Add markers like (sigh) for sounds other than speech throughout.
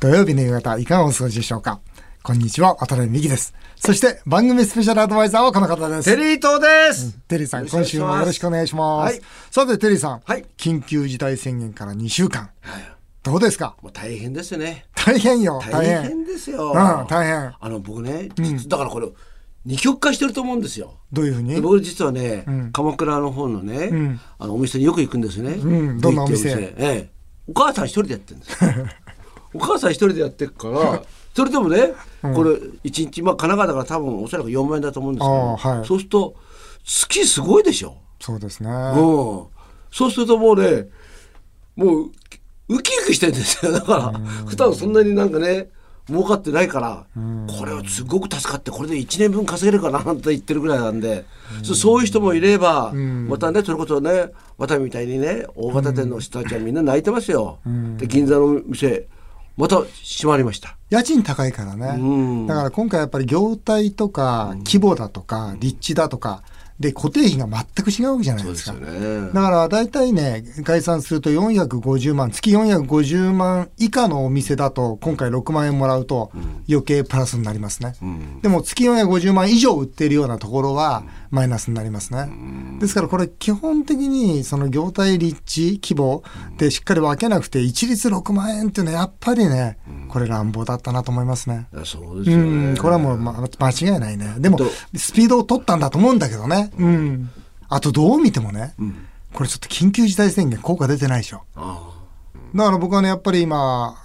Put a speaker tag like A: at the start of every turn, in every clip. A: 土曜日の夕方、いかがお過ごしでしょうかこんにちは、渡辺美希です。そして、番組スペシャルアドバイザーはこの方です。
B: テリー東です、
A: テリーさん、
B: よろ
A: 今
B: し
A: 週
B: くお
A: もよ
B: 願
A: ろ
B: い
A: し
B: し
A: くお願いします。
B: はい
A: さて、テリーさん、
B: はい
A: 緊急事態宣言から2週間。
B: はい
A: どうですか
B: もう大変ですよね
A: 大変よ、
B: 大
A: 大変。
B: 変です
A: う
B: よ、
A: ん、大変。
B: あの僕ね、実だからこれ二極化してると思うんですよ
A: どういうふう
B: で
A: に
B: 僕実はね、鎌倉の方のね、
A: ん
B: あのお店によく行くんですよね、
A: んどんなお店
B: 行ってええ、お母さん一人でやってるんです
A: (laughs)
B: お母さん一人でやってるからそれでもね、これ一日まあ神奈川だから多分おそらく4万円だと思うんですけ
A: あ
B: ど、
A: あはい
B: そうすると月すごいでしょ
A: そうですね。
B: うん、そうするともうねもうウキウキしてるんですよだから普段そんなになんかね儲かってないからこれはすごく助かってこれで1年分稼げるかななんて言ってるぐらいなんでそうそういう人もいればまたねそれこそね渡辺みたいにね大型店の人たちはみんな泣いてますよ。で銀座の店また閉まりました。
A: 家賃高いからね、
B: うん
A: だから今回やっぱり業態とか規模だとか立地だとかで固定費が全く違うわけじゃないですか
B: そうですよね
A: だから大体ね概算すると450万月450万以下のお店だと今回6万円もらうと余計プラスになりますね、
B: ん
A: でも月450万以上売ってるようなところはマイナスになりますね、ですからこれ基本的にその業態立地規模でしっかり分けなくて一律6万円っていうのはやっぱりねこれ乱暴だったなと思いますね。
B: そうです
A: う
B: よね
A: ん、これはもう、ま、間違いないね。でも
B: ど、
A: スピードを取ったんだと思うんだけどね。うん。あと、どう見てもね、
B: ん
A: これちょっと緊急事態宣言効果出てないでしょ。
B: あ
A: だから僕はね、やっぱり今、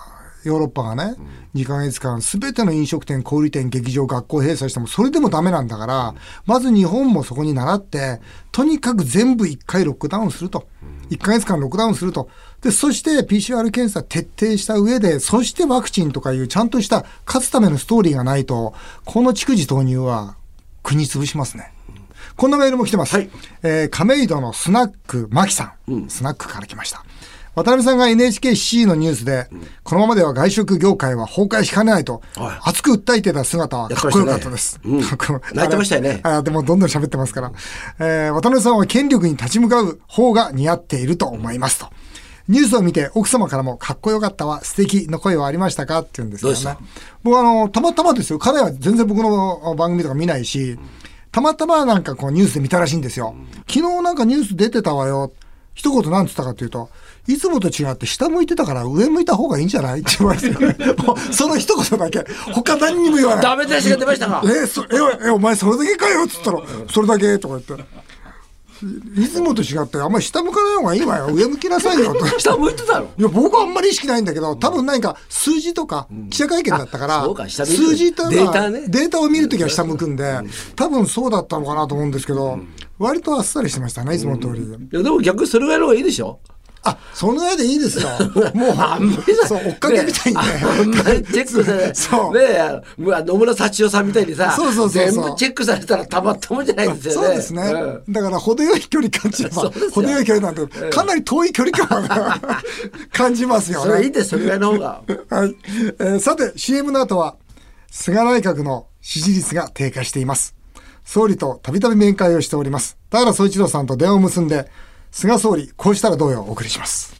A: ヨーロッパがね、2ヶ月間、すべての飲食店、小売店、劇場、学校閉鎖しても、それでもダメなんだから、まず日本もそこに倣って、とにかく全部1回ロックダウンすると。1ヶ月間ロックダウンすると。で、そして PCR 検査徹底した上で、そしてワクチンとかいうちゃんとした勝つためのストーリーがないと、この逐次投入は国潰しますね。こんなメールも来てます。
B: はい
A: えー亀戸のスナック、マキさん,、スナックから来ました。渡辺さんが NHKC のニュースで、このままでは外食業界は崩壊しかねないと
B: は、
A: 熱く訴えてた姿はかっこよかったです。
B: やっ
A: かっこ
B: てましたねうん
A: よかった
B: 泣いてましたよね
A: あでもどんどん喋ってますから、えー渡辺さんは権力に立ち向かう方が似合っていると思いますと。ニュースを見て奥様からもかっこよかったわ、素敵の声はありましたかって言うんですけど
B: どう
A: ね
B: で。
A: 僕あの、たまたまですよ。彼は全然僕の番組とか見ないし、たまたまなんかこうニュースで見たらしいんですよ。昨日なんかニュース出てたわよ。一言なんつったかというと、いつもと違って下向いてたから上向いた方がいいんじゃないって言われて、もうその一言だけ、他何にも言わない。
B: ダメ出しが出ましたか
A: えそえおえお前それだけかよっつったらそれだけとか言っていつもと違ってあんまり下向かない方がいいわよ上向きなさいよと
B: あ下向いてたの
A: いや僕はあんまり意識ないんだけど多分何か数字とか記者会見だったから、
B: あそうか下見る
A: 数字とか
B: データね
A: データを見るときは下向くんで多分そうだったのかなと思うんですけど、割とあっさりしてましたねいつもの通り、
B: いやでも逆にそれぐらいの方がいいでしょ
A: あその上でいい
B: (laughs)
A: ですよもう
B: あんまり
A: (laughs)
B: さ、
A: そう追っかけみたいにね
B: ねあんまりチェックされ
A: そう
B: ねえ、あの野村幸男さんみたいにさ、
A: そうそうそうそう
B: 全部チェックされたらたまったもんじゃないですよね。
A: そうですね、
B: ん
A: だから程よい距離感じれば
B: そうですよ
A: 程よい距離なんてかなり遠い距離感が (laughs) 感じますよ
B: それいい
A: ね。
B: です、それぐらいの方が。
A: はいえーさて CM の後は菅内閣の支持率が低下しています総理とたびたび面会をしております田原総一郎さんと電話を結んで菅総理こうしたらどうよをお送りします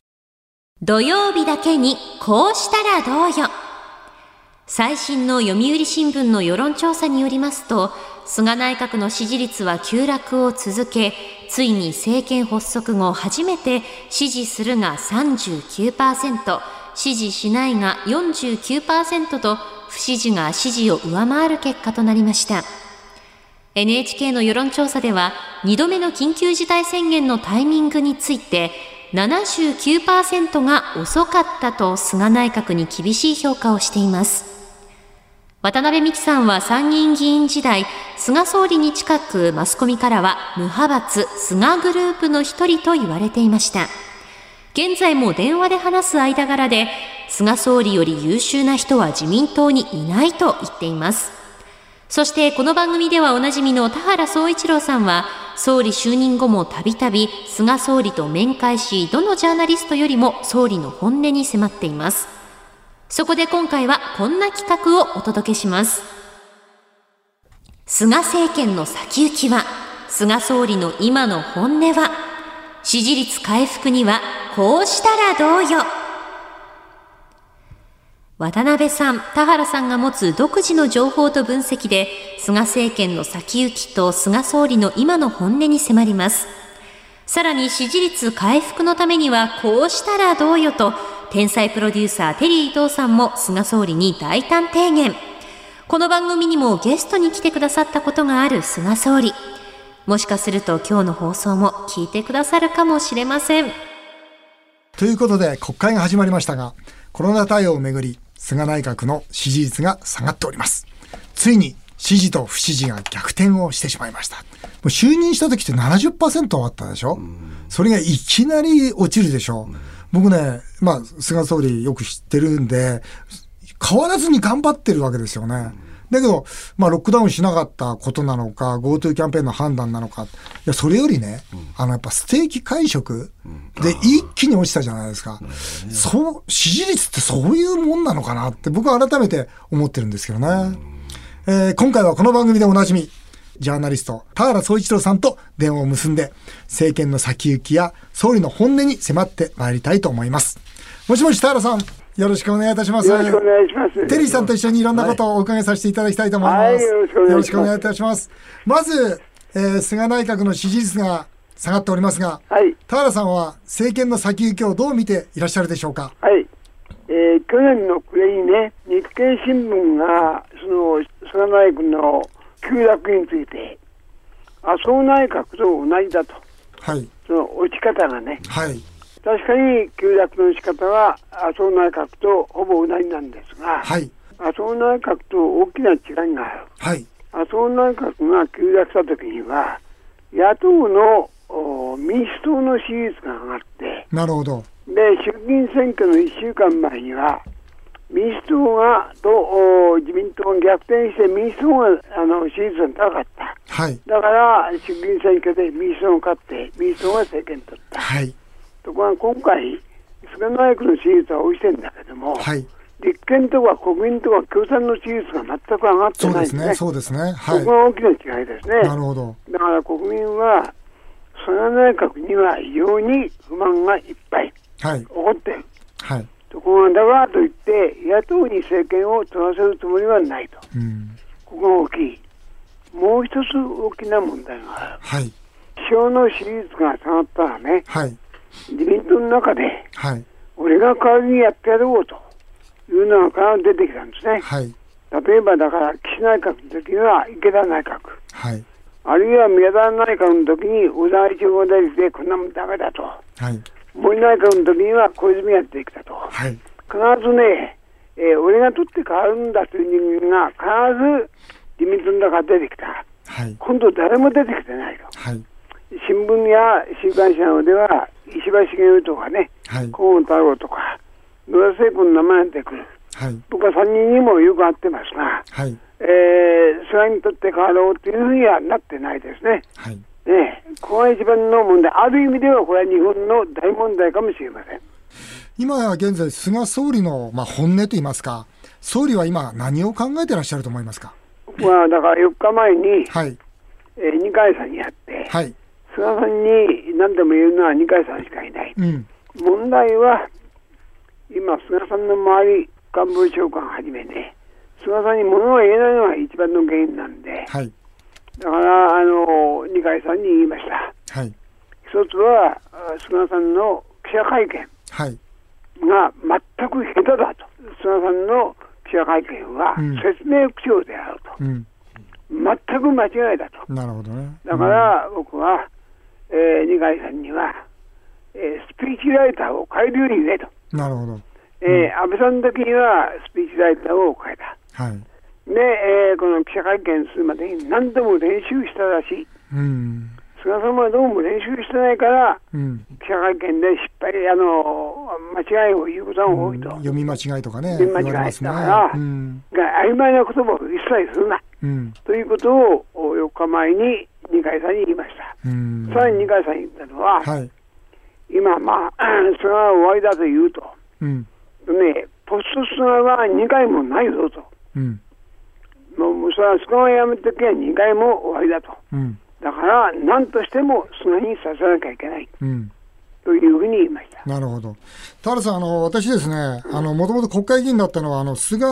C: 土曜日だけにこうしたらどうよ最新の読売新聞の世論調査によりますと菅内閣の支持率は急落を続けついに政権発足後初めて支持するが39%支持しないが49%と不支持が支持を上回る結果となりました NHK の世論調査では2度目の緊急事態宣言のタイミングについて79%が遅かったと菅内閣に厳しい評価をしています渡辺美樹さんは参議院議員時代菅総理に近くマスコミからは無派閥菅グループの一人と言われていました現在も電話で話す間柄で菅総理より優秀な人は自民党にいないと言っていますそしてこの番組ではおなじみの田原総一郎さんは総理就任後もたびたび菅総理と面会しどのジャーナリストよりも総理の本音に迫っていますそこで今回はこんな企画をお届けします菅政権の先行きは菅総理の今の本音は支持率回復にはこうしたらどうよ渡辺さん、田原さんが持つ独自の情報と分析で、菅政権の先行きと菅総理の今の本音に迫ります。さらに支持率回復のためにはこうしたらどうよと、天才プロデューサーテリー伊藤さんも菅総理に大胆提言。この番組にもゲストに来てくださったことがある菅総理。もしかすると今日の放送も聞いてくださるかもしれません。
A: ということで、国会が始まりましたが、コロナ対応をめぐり、菅内閣の支持率が下がっております。ついに、支持と不支持が逆転をしてしまいました。もう就任した時って70%あったでしょ、それがいきなり落ちるでしょ、僕ね、まあ、菅総理よく知ってるんで、変わらずに頑張ってるわけですよね。だけど、まあ、ロックダウンしなかったことなのか、GoTo キャンペーンの判断なのか、いや、それよりね、あの、やっぱステーキ会食で一気に落ちたじゃないですか。その支持率ってそういうもんなのかなって、僕は改めて思ってるんですけどね。えー今回はこの番組でおなじみ、ジャーナリスト、田原総一郎さんと電話を結んで、政権の先行きや総理の本音に迫ってまいりたいと思います。もしもし、田原さん、よろしくお願いいたします。
D: よろしくお願いします。
A: テリーさんと一緒にいろんなことをお伺いさせていただきたいと思います。
D: はいよろしくお願いします
A: よろしくお願いいたします。まず、えー菅内閣の支持率が下がっておりますが、
D: はい
A: 田原さんは政権の先行きをどう見ていらっしゃるでしょうか。
D: はい。えー去年の暮れにね、日経新聞が、その、菅内閣の急落について、麻生内閣と同じだと。
A: はい。
D: その落ち方がね、
A: はい。
D: 確かに急落の仕方は麻生内閣とほぼ同じなんですが、
A: はい。
D: 麻生内閣と大きな違いがある。
A: はい。
D: 麻生内閣が急落した時には、野党のお民主党の支持率が上がって、
A: なるほど。
D: で衆議院選挙の1週間前には民主党がとお自民党が逆転して民主党があの支持率が高かった
A: はい。
D: だから衆議院選挙で民主党が勝って民主党が政権取った
A: はい。
D: ところが今回菅内閣の支持率は落ちてるんだけども、
A: はい。
D: 立憲とか国民とか共産の支持率が全く上がって
A: そうで
D: ないんですすね
A: ね。そうですね。は
D: ここ
A: い。
D: が大きな違いですね
A: なるほど。
D: だから国民は菅内閣には異様に不満がいっぱい
A: はい
D: 起。こってる
A: はい。
D: ところがだからといって野党に政権を取らせるつもりはないと
A: うん。
D: ここが大きいもう一つ大きな問題がある
A: はい。
D: 首相の支持率が下がったらね
A: はい。
D: 自民党の中で
A: はい。
D: 俺が代わりにやってやろうというのが出てきたんですね
A: はい。
D: 例えばだから岸内閣の時には池田内閣
A: はい。
D: あるいは宮田内閣の時に小沢一郎大臣でこんなもんダメだと
A: はい。
D: 森内閣の時には小泉やってきたと
A: はい。
D: 必ずね、えー俺が取って変わるんだという人間が必ず自民党の中から出てきた。
A: はい。
D: 今度誰も出てきてないと。
A: はい。
D: 新聞や週刊誌などでは、石破茂雄とかね、
A: はい。
D: 河野太郎とか、野田聖子の名前が出てくる。
A: はい。
D: 僕は3人にもよく会ってますが、
A: はい。
D: えー、菅にとって変わろうというふうにはなってないですね。
A: はい。
D: ねえここが一番の問題。ある意味ではこれは日本の大問題かもしれません。
A: 今現在、菅総理の、まあ、本音といいますか、総理は今、何を考えてらっしゃると思いますか。
D: 僕はだから4日前に、
A: はい、
D: えー二階さんに会って、
A: はい、
D: 菅さんに何でも言うのは二階さんしかいない。
A: うん、
D: 問題は、今、菅さんの周り、官房長官はじめね、菅さんに物を言えないのが一番の原因なんで、
A: はい、
D: だから、あの、二階さんに言いました。
A: はい、
D: 一つは、あ菅さんの記者会見
A: はい、
D: が全く下手だと。菅さんの記者会見は
A: うん
D: 説明口調であると。
A: うん、
D: 全く間違いだと。
A: なるほどね。
D: だから僕は、えー二階さんには、えースピーチライターを変えるようにねと、
A: うん、なるほど。
D: えー安倍さんの時にはスピーチライターを変えた、
A: はい、
D: で、えーこの記者会見するまでに何度も練習したらしい、
A: うん、
D: 菅さんはどうも練習してないから、
A: うん、
D: 記者会見で失敗、あの間違いを言うことが多いと、
A: 読み間違いとかね、言
D: 読
A: わ
D: み
A: れ
D: 間違
A: ま
D: い
A: すね
D: だから。
A: うん、
D: が曖昧な言葉を一切するな
A: うん、
D: ということをお4日前に二階さんに言いました。
A: うん、
D: さらに二階さんに言ったのは、
A: はい、
D: 今、まあ、 (clears throat) 菅は終わりだと言うと、
A: うん、
D: ね、ポスト菅は2回もないぞと、
A: うん、
D: もうそれは菅が辞めた時は2回も終わりだと、
A: うん、
D: だから、何としても菅にさせなきゃいけない
A: うん、
D: とというふうに言いました。
A: なるほど。田原さん、あの、私ですね、あの、もともと国会議員だったのは、あの、菅、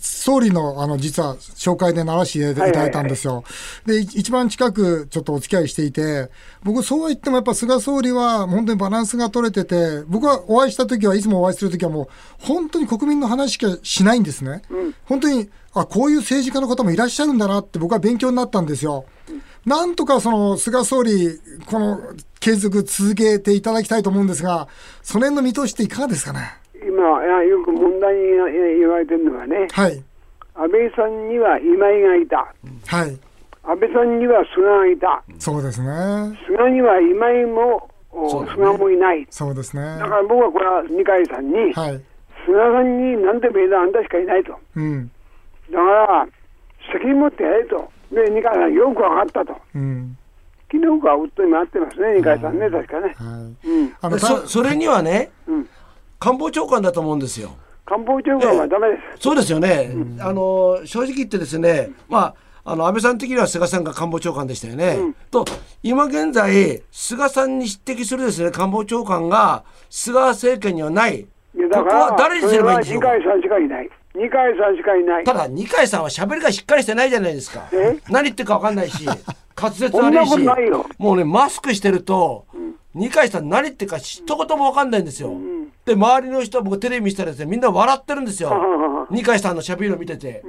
A: 総理の、あの、実は、紹介で奈良市でいただいたんですよ。で、い一番近く、ちょっとお付き合いしていて、僕、そうは言っても、やっぱ菅総理は、本当にバランスが取れてて、僕はお会いした時はいつもお会いする時はもう、本当に国民の話しかしないんですね。本当に、あ、こういう政治家の方もいらっしゃるんだなって、僕は勉強になったんですよ。なんとかその菅総理、この継続続けていただきたいと思うんですが、その辺の見通しっていかがですかね。
D: 今、いやよく問題にえー言われてるのはね、
A: はい。
D: 安倍さんには今井がいた、
A: はい。
D: 安倍さんには菅がいた、
A: そうですね。
D: 菅には今井も、
B: そ
D: お
B: うだね
D: 菅もいない。
A: そうですね。
D: だから僕はこれは二階さんに、
A: はい。
D: 菅さんになんで明あんたしかいないと。
A: うん。
D: だから、責任持ってやれと。で、二階さんよく分かったと。
A: うん。
D: 昨日かおっとに回ってますね、二階さんね、確かね。
A: はい。
D: うん。
A: (laughs) あの、
B: そ
A: た
B: それにはね、
D: うん
B: 官房長官だと思うんですよ。
D: 官房長官はダメです。
B: そうですよね、あの正直言ってですね、まあ、あの安倍さん的には菅さんが官房長官でしたよね。と今現在菅さんに匹敵するですね官房長官が菅政権にはない
D: いや
B: こ
D: だ
B: こ
D: から、
B: は誰にすればいいんでしょうか
D: それは二階さんしかいない。二階さんしかいない。
B: ただ二階さんは喋りがしっかりしてないじゃないですか
D: え
B: 何言ってるか分かんないし滑舌悪い
D: そ
B: し
D: んなことないよ
B: もうねマスクしてると二階さん何言ってるか一言も分かんないんですよ、で周りの人は僕テレビ見せたらですねみんな笑ってるんですよ
D: んうん
B: 二階さんのしゃべりを見てて、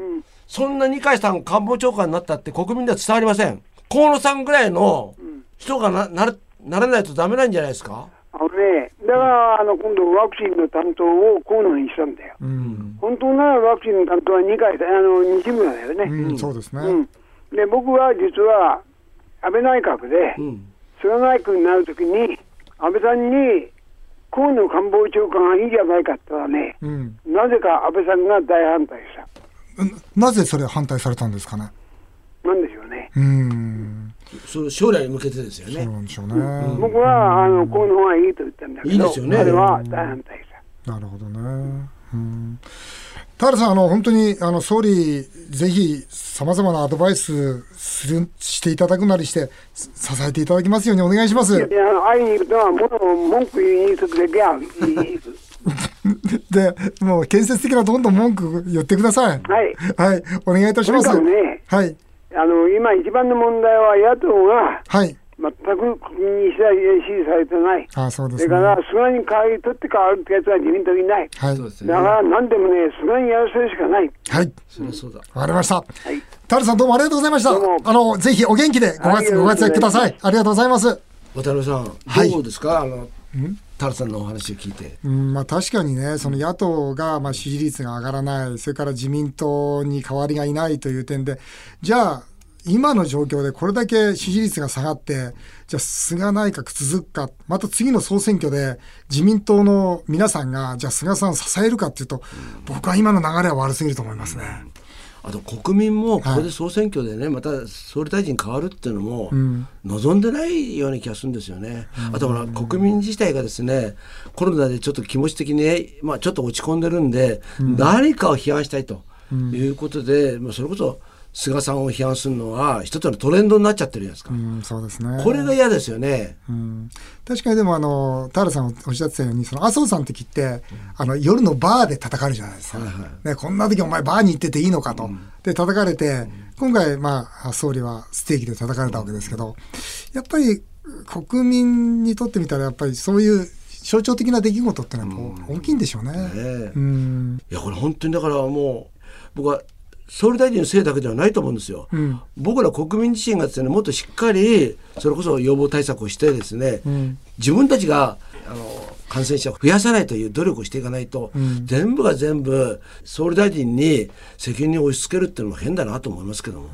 B: そんな二階さん官房長官になったって国民では伝わりません河野さんぐらいの人がななるならないとダメなんじゃないですか
D: あのね、だから、あの、今度ワクチンの担当を河野にしたんだよ。
A: うん。
D: 本当ならワクチンの担当は二階さん、あの、西村だよね。
A: うん、そうですね。
D: うん、で僕は実は安倍内閣で
B: ん
D: 菅内閣になるときに安倍さんに河野官房長官がいいじゃないかって言ったらね、
A: うん。
D: なぜか安倍さんが大反対した。
A: なぜそれ反対されたんですかね。
D: なんでしょうね。
A: うん。
B: そう将来に向けてですよ
A: そう
B: ね
A: なんでしょうね。
D: 僕はあの河野がいいと言ったんだけど、
B: いいですよね
D: 彼は大反対した。
A: なるほどね。うん。田原さん、あの、本当に、あの、総理、ぜひ、様々なアドバイス、する、していただくなりして、す支えていただきますようにお願いします。
D: であの会いに行くとは、もの文句言いに行くだけ
A: (laughs)
D: は言いに行く。
A: で、もう建設的などんどん文句言ってください。
D: はい。
A: はい、お願いいたします。
D: とにかくね
A: はい、
D: あの今一番の問題は野党が
A: はい。
D: 全く国民に支持されてない。
A: ああ、そうで
D: そ
A: す
D: れ
A: ね。
D: か
A: は
D: ら、菅に代わり取って変わるってやつは自民党にいない。
A: い、
B: す
D: だから、何でもね、菅にやらせるしかない。
A: はい、
B: そりゃそうだ
A: わかりました。田原さんどうもありがとうございました
D: どうも。
A: あの、ぜひお元気でご
D: はい
A: 活ご活躍ください。ありがとうございます。
B: 渡辺さん、
A: はい
B: どうですかあのタラさんのお話を聞いて
A: うん、まあ確かにね、その野党がまあ支持率が上がらない、それから自民党に変わりがいないという点で、じゃあ、今の状況でこれだけ支持率が下がって、じゃあ菅内閣続くか、また次の総選挙で自民党の皆さんが、じゃあ菅さんを支えるかっていうと、僕は今の流れは悪すぎると思いますね。
B: あと国民もここで総選挙でね、また総理大臣変わるっていうのも望んでないような気がするんですよね。あとほら国民自体がですねコロナでちょっと気持ち的にね、まあ、ちょっと落ち込んでるんで、誰かを批判したいということで、まあ、それこそ菅さんを批判するのは一つのトレンドになっちゃってるじゃないですか。
A: うん、そうですね。
B: これが嫌ですよね。
A: うん確かにでもあの田原さんおっしゃってたようにその麻生さんの時って、あの夜のバーで叩かれるじゃないですか、ね、こんな時お前バーに行ってていいのかと、で叩かれて、今回、まあ、総理はステーキで叩かれたわけですけどやっぱり国民にとってみたらやっぱりそういう象徴的な出来事ってのはこう大きいんでしょうね。
B: ねえ
A: うん
B: いやこれ本当にだからもう僕は総理大臣のせいだけではないと思うんですよ。僕ら国民自身がですねもっとしっかりそれこそ予防対策をしてですね、自分たちがあの感染者を増やさないという努力をしていかないと、全部が全部総理大臣に責任を押し付けるっていうのも変だなと思いますけども。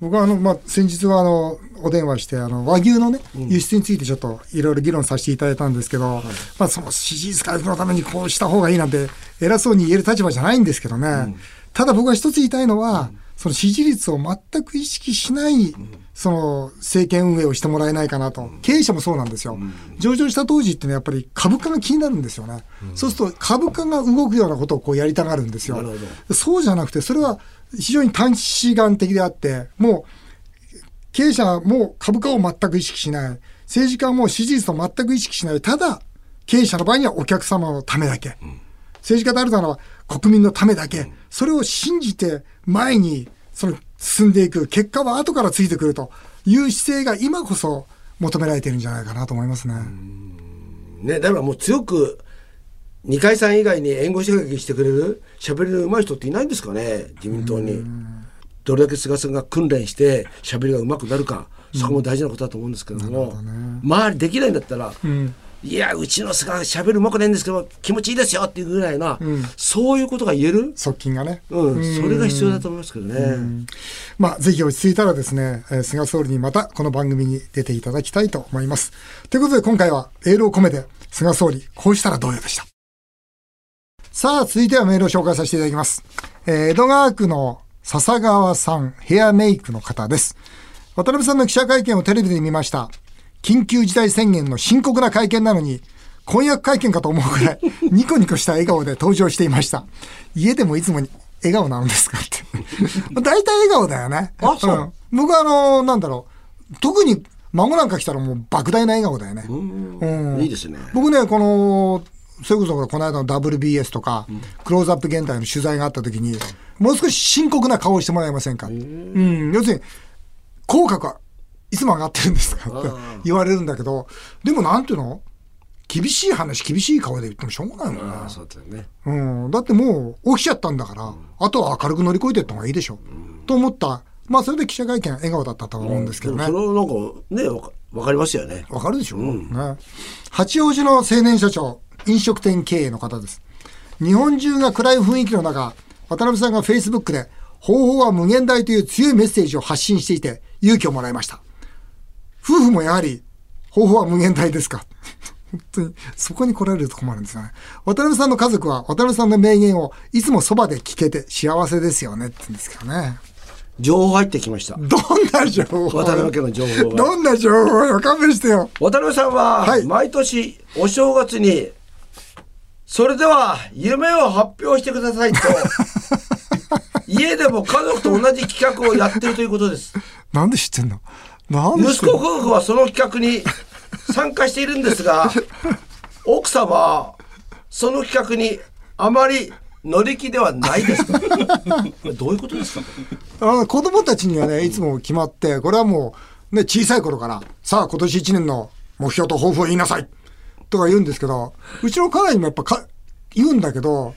A: 僕はあの、まあ、先日はあのお電話してあの和牛の、ね、輸出についてちょっといろいろ議論させていただいたんですけど、まあ、その支持率回復のためにこうした方がいいなんて偉そうに言える立場じゃないんですけどね、ただ僕は一つ言いたいのは、その支持率を全く意識しない、その政権運営をしてもらえないかなと、経営者もそうなんですよ、上場した当時って、ね、やっぱり株価が気になるんですよね、そうすると株価が動くようなことをこうやりたがるんですよ
B: なるほど
A: そうじゃなくて、それは非常に短視眼的であって、もう経営者も株価を全く意識しない。政治家はもう支持率を全く意識しない。ただ、経営者の場合にはお客様のためだけ。政治家であるならば国民のためだけ。それを信じて前にその進んでいく。結果は後からついてくるという姿勢が今こそ求められているんじゃないかなと思いますね。
B: ね、だからもう強く二階さん以外に援護射撃してくれる喋りの上手い人っていないんですかね自民党に。どれだけ菅さんが訓練して喋りが上手くなるかそこも大事なことだと思うんですけれども、周りできないんだったら、いやうちの菅喋り上手くないんですけど気持ちいいですよっていうぐらいな、そういうことが言える、
A: 側近がね。
B: うん、それが必要だと思いますけどね。
A: まあ、ぜひ落ち着いたらですね、えー菅総理にまたこの番組に出ていただきたいと思います。ということで今回は、エールを込めて、菅総理、こうしたらどうよでした。さあ、続いてはメールを紹介させていただきます。えー江戸川区の笹川さん、ヘアメイクの方です。渡辺さんの記者会見をテレビで見ました。緊急事態宣言の深刻な会見なのに、婚約会見かと思うくらい、 (laughs) ニコニコした笑顔で登場していました。家でもいつもに笑顔なんですかって。 (laughs) 大体笑顔だよね。
B: あそうん
A: 僕はあの、なんだろう。特に孫なんか来たらもう莫大な笑顔だよね。うん
B: いいですね
A: 僕ね、この、それこそほらこの間の WBS とか、クローズアップ現代の取材があった時に、もう少し深刻な顔をしてもらえませんかうん。要するに、口角はいつも上がってるんですかって言われるんだけど、でもなんていうの厳しい話、厳しい顔で言ってもしょうがないもんね。
B: あそうだよね
A: うん、だってもう起きちゃったんだから、あとは明るく乗り越えていった方がいいでしょ、と思った、まあそれで記者会見、笑顔だったと思うんですけどね。
B: でもそれはなんかねわかわかりますよね。
A: わかるでしょ、ね。八王子の青年社長、飲食店経営の方です。日本中が暗い雰囲気の中、渡辺さんが Facebook で、方法は無限大という強いメッセージを発信していて、勇気をもらいました。夫婦もやはり、方法は無限大ですか (laughs) 本当に、そこに来られると困るんですよね。渡辺さんの家族は、渡辺さんの名言を、いつもそばで聞けて幸せですよねって言うんですけどね。
B: 情報入ってきました。
A: どんな情報
B: 渡辺家の情報が
A: どんな情報よ、勘弁してよ。
B: 渡辺さんは
A: はい
B: 毎年お正月にそれでは夢を発表してくだ (laughs) さいと家でも家族と同じ企画をやってるということ (laughs) です
A: なんで知ってんのなんで知っ
B: 息
A: てん
B: 子
A: の
B: 夫婦はその企画に参加しているんですが奥様はその企画にあまり乗り気ではないです (laughs) とどういうことですか
A: あの子供たちにはね、いつも決まって、これはもう、ね、小さい頃から、さあ、今年1年の目標と抱負を言いなさいとか言うんですけど、うちの家内にもやっぱか言うんだけど、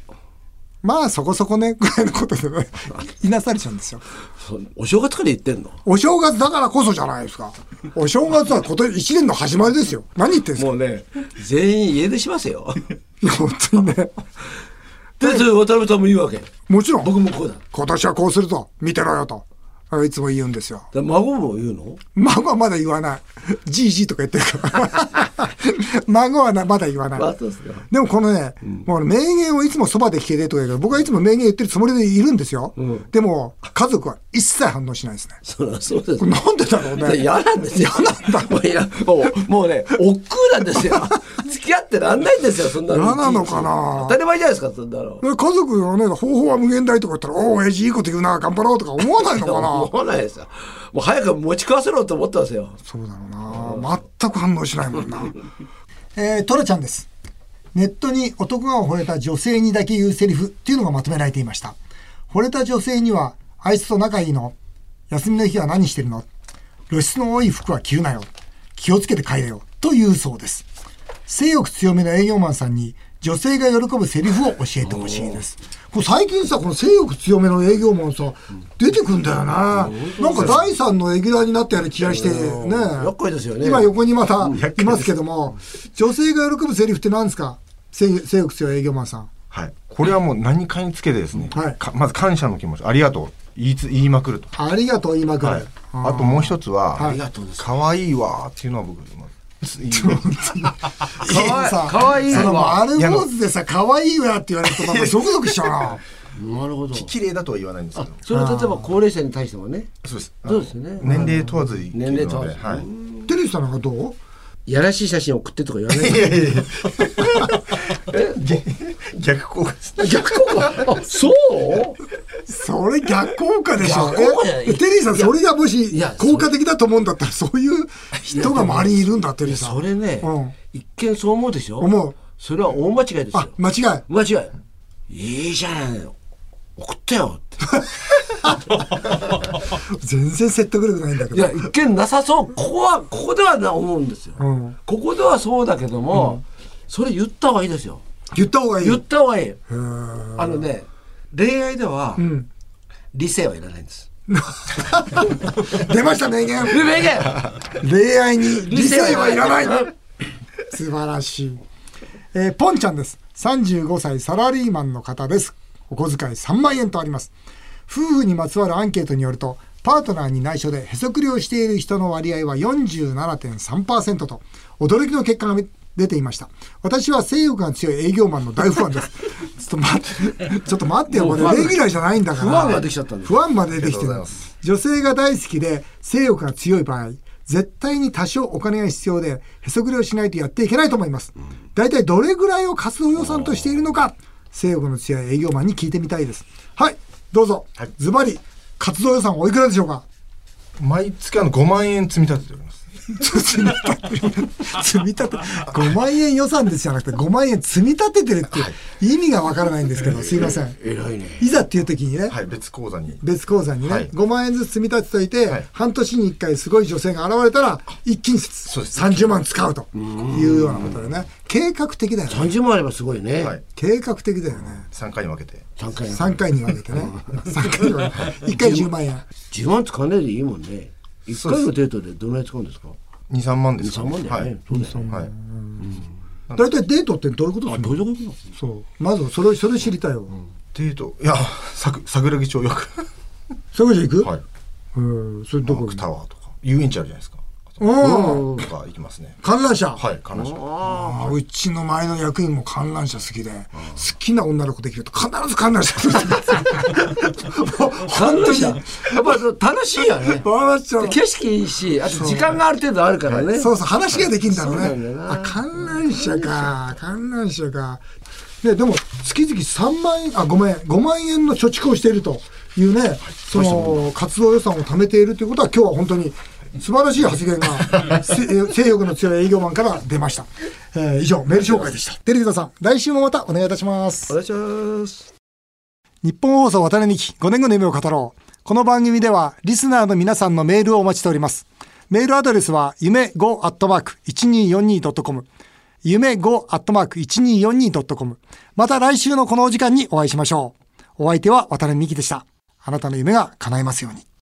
A: まあそこそこね、ぐらいのことでね、 (laughs) いなされちゃうんですよ。
B: お正月から言ってんの
A: お正月だからこそじゃないですか。お正月は今年1年の始まりですよ。何言ってんですか
B: もうね全員家出しますよ
A: いや本当にね。
B: (laughs) でそれ渡辺さんも言うわけ
A: もちろ
B: 僕
A: ん、
B: もこうだ
A: 今年はこうすると、見てろよと、あいつも言うんですよ。
B: で孫も言うの
A: 孫はまだ言わない。じいじいとか言ってるから。 (laughs) 孫はなまだ言わない。
B: あそうですか
A: でもこのね、もう名言をいつもそばで聞けてとか言うけど、僕はいつも名言言ってるつもりでいるんですよ。でも、家族は一切反応しないですね。
B: そりゃそうですね
A: なんでだろうね。
B: 嫌なんですよ。もういやもうもうね、億劫なんで
A: (laughs)
B: すよ。付き合ってらんないんですよ、そんなの。
A: 嫌なのかな
B: 当たり前じゃないですか、そんな
A: 家
B: の。
A: 族のね、方法は無限大とか言ったら、おお、親父いいこと言うな、頑張ろうとか思わないのか
B: 思
A: な。
B: わないですよ。もう早く持ち壊せろと思ったんですよ。
A: そうだろうな。全く反応しないもんな。 (laughs) えー、トラちゃんです。ネットに男が惚れた女性にだけ言うセリフっていうのがまとめられていました。惚れた女性には、あいつと仲いいの。休みの日は何してるの露出の多い服は着るなよ。気をつけて帰れよ。というそうです。性欲強めの営業マンさんに、女性が喜ぶセリフを教えてほしいです。これ最近さ、この性欲強めの営業マンさ、出てくんだよね。なんか第三のレギュラーになったような気がして、ね。
B: 厄介ですよね
A: 今横にまたいますけども、女性が喜ぶセリフって何ですか性性欲強い営業マンさん。
E: はい、これはもう何かにつけてですね、
A: はい
E: かまず感謝の気持ちありがとう言いつ言いまくると、
A: ありがとう、今から。
E: はい、あともう一つは、
A: はいあり
B: がとうです
E: 可愛いわーっていうのは僕今つ言います
A: いやさ
B: かわいい
A: その
B: わ
A: 丸坊主でさ、かわいいわって言われると、なんかゾクゾクしちゃうな。
B: なるほど。
E: 綺麗だとは言わないんですけど
B: それは例えば高齢者に対してもね、
E: そうです
B: そうですよね
E: 年齢問わずいけるので
B: 年齢問わず
E: はい、
A: テリーさんなんかどう
B: やらしい写真送ってとか言わない。
E: 逆効果ですね
B: 逆効果あそう
A: それ逆効果でしょ
B: 逆効果じゃない
A: えテリーさん
B: いや
A: それがもし
B: いや
A: 効果的だと思うんだったらそういう人が周りにいるんだテリーさん
B: それね、
A: うん
B: 一見そう思うでしょ
A: 思う
B: それは大間違いです
A: あ
B: よ
A: 間違い
B: 間違いいいじゃん送ったよって
A: 全然説得力ないんだけ
B: い
A: ど
B: や一見なさそうここはここではな思うんですよ、
A: うん
B: ここではそうだけども、それ言った方がいいですよ
A: 言った方がいい
B: 言った方がいい、
A: うん
B: あのね恋愛では
A: ん
B: 理性はいらないんです、
A: 出ました名言
B: で名言 (laughs)
A: 恋愛に理性はいらない
B: うん
A: 素晴らしい、えーポンちゃんです35歳サラリーマンの方ですお小遣い3万円とあります夫婦にまつわるアンケートによるとパートナーに内緒でへそくりをしている人の割合は47.3%と驚きの結果が出ていました私は性欲が強い営業マンの大ファンですちょっと待ってちょっと待ってよこれ
B: もう不安
A: レギュラーじゃないんだから
B: 不安ができちゃったんだ
A: 不安までできてる
E: ありがとうございま
A: 女性が大好きで性欲が強い場合絶対に多少お金が必要でへそくりをしないとやっていけないと思います、大体どれぐらいを活動予算としているのか性欲の強い営業マンに聞いてみたいですはいどうぞ、ズバリ活動予算おいくらでしょう
E: (laughs)
A: か
E: 毎月あの5万円積み立てております
A: 積み立て積み立て5万円予算ですじゃなくて5万円積み立ててるっていう意味がわからないんですけどすいません
B: 偉いね
A: いざっていう時にね、
E: はい別口座に
A: 別口座にね、
E: はい
A: 5万円ずつ積み立てといて、
E: はい
A: 半年に1回すごい女性が現れたら一気に
E: そうです
A: 30万使うというようなことでね計画的だよね
B: 30万あればすごいね、
E: はい
A: 計画的だよね
E: 3回に分けて
B: 3回
A: 3回に分けて
E: (laughs)
A: ね3回に分けて1回10万円
B: 10万使わないでいいもんね1
E: そうで
B: 回
E: す
B: のデートでどのぐらい使うんですか
E: 23万ですか
B: 23万だよね、そうだよね
E: はい、はい、
A: 大体デートってどういうこと
B: あ
A: する
B: ど
A: の
B: ういうことなの
A: そうまずそれそれ知りたいよ、
E: デートいやさく桜木町よく
A: それこそ行く、
E: はい
A: うんそれど
E: ド
A: こ
E: クタワーとか遊園地あるじゃないですか
A: うん
E: とか行きますね
A: 観覧車、
E: はい観覧車
A: あーうちの前の役員も観覧車好きで、好きな女の子できると必ず観覧車
E: (laughs)
A: もう本当に
B: やっぱそう楽しいよね
A: バーチャル
B: (laughs) 景色いいしあと時間がある程度あるからね
A: そうそう、話ができんだろう
B: そうなん
A: ね
B: だ。よな
A: あ、観覧車か。観覧車か。ね、でも、月々3万円、あ、ごめん、5万円の貯蓄をしているというね、その、活動予算を貯めているということは、今日は本当に素晴らしい発言
B: (laughs)
A: が、せ性欲の強い営業マンから出ました。えー以上、メール紹介でした。テレビ田さん、来週もまたお願いいたします
B: お。願いします
A: 日本放送渡辺美希5年後の夢を語ろう。この番組ではリスナーの皆さんのメールをお待ちしております。メールアドレスは夢 5-1242.com 夢 5-1242.com また来週のこのお時間にお会いしましょう。お相手は渡辺美希でした。あなたの夢が叶いますように。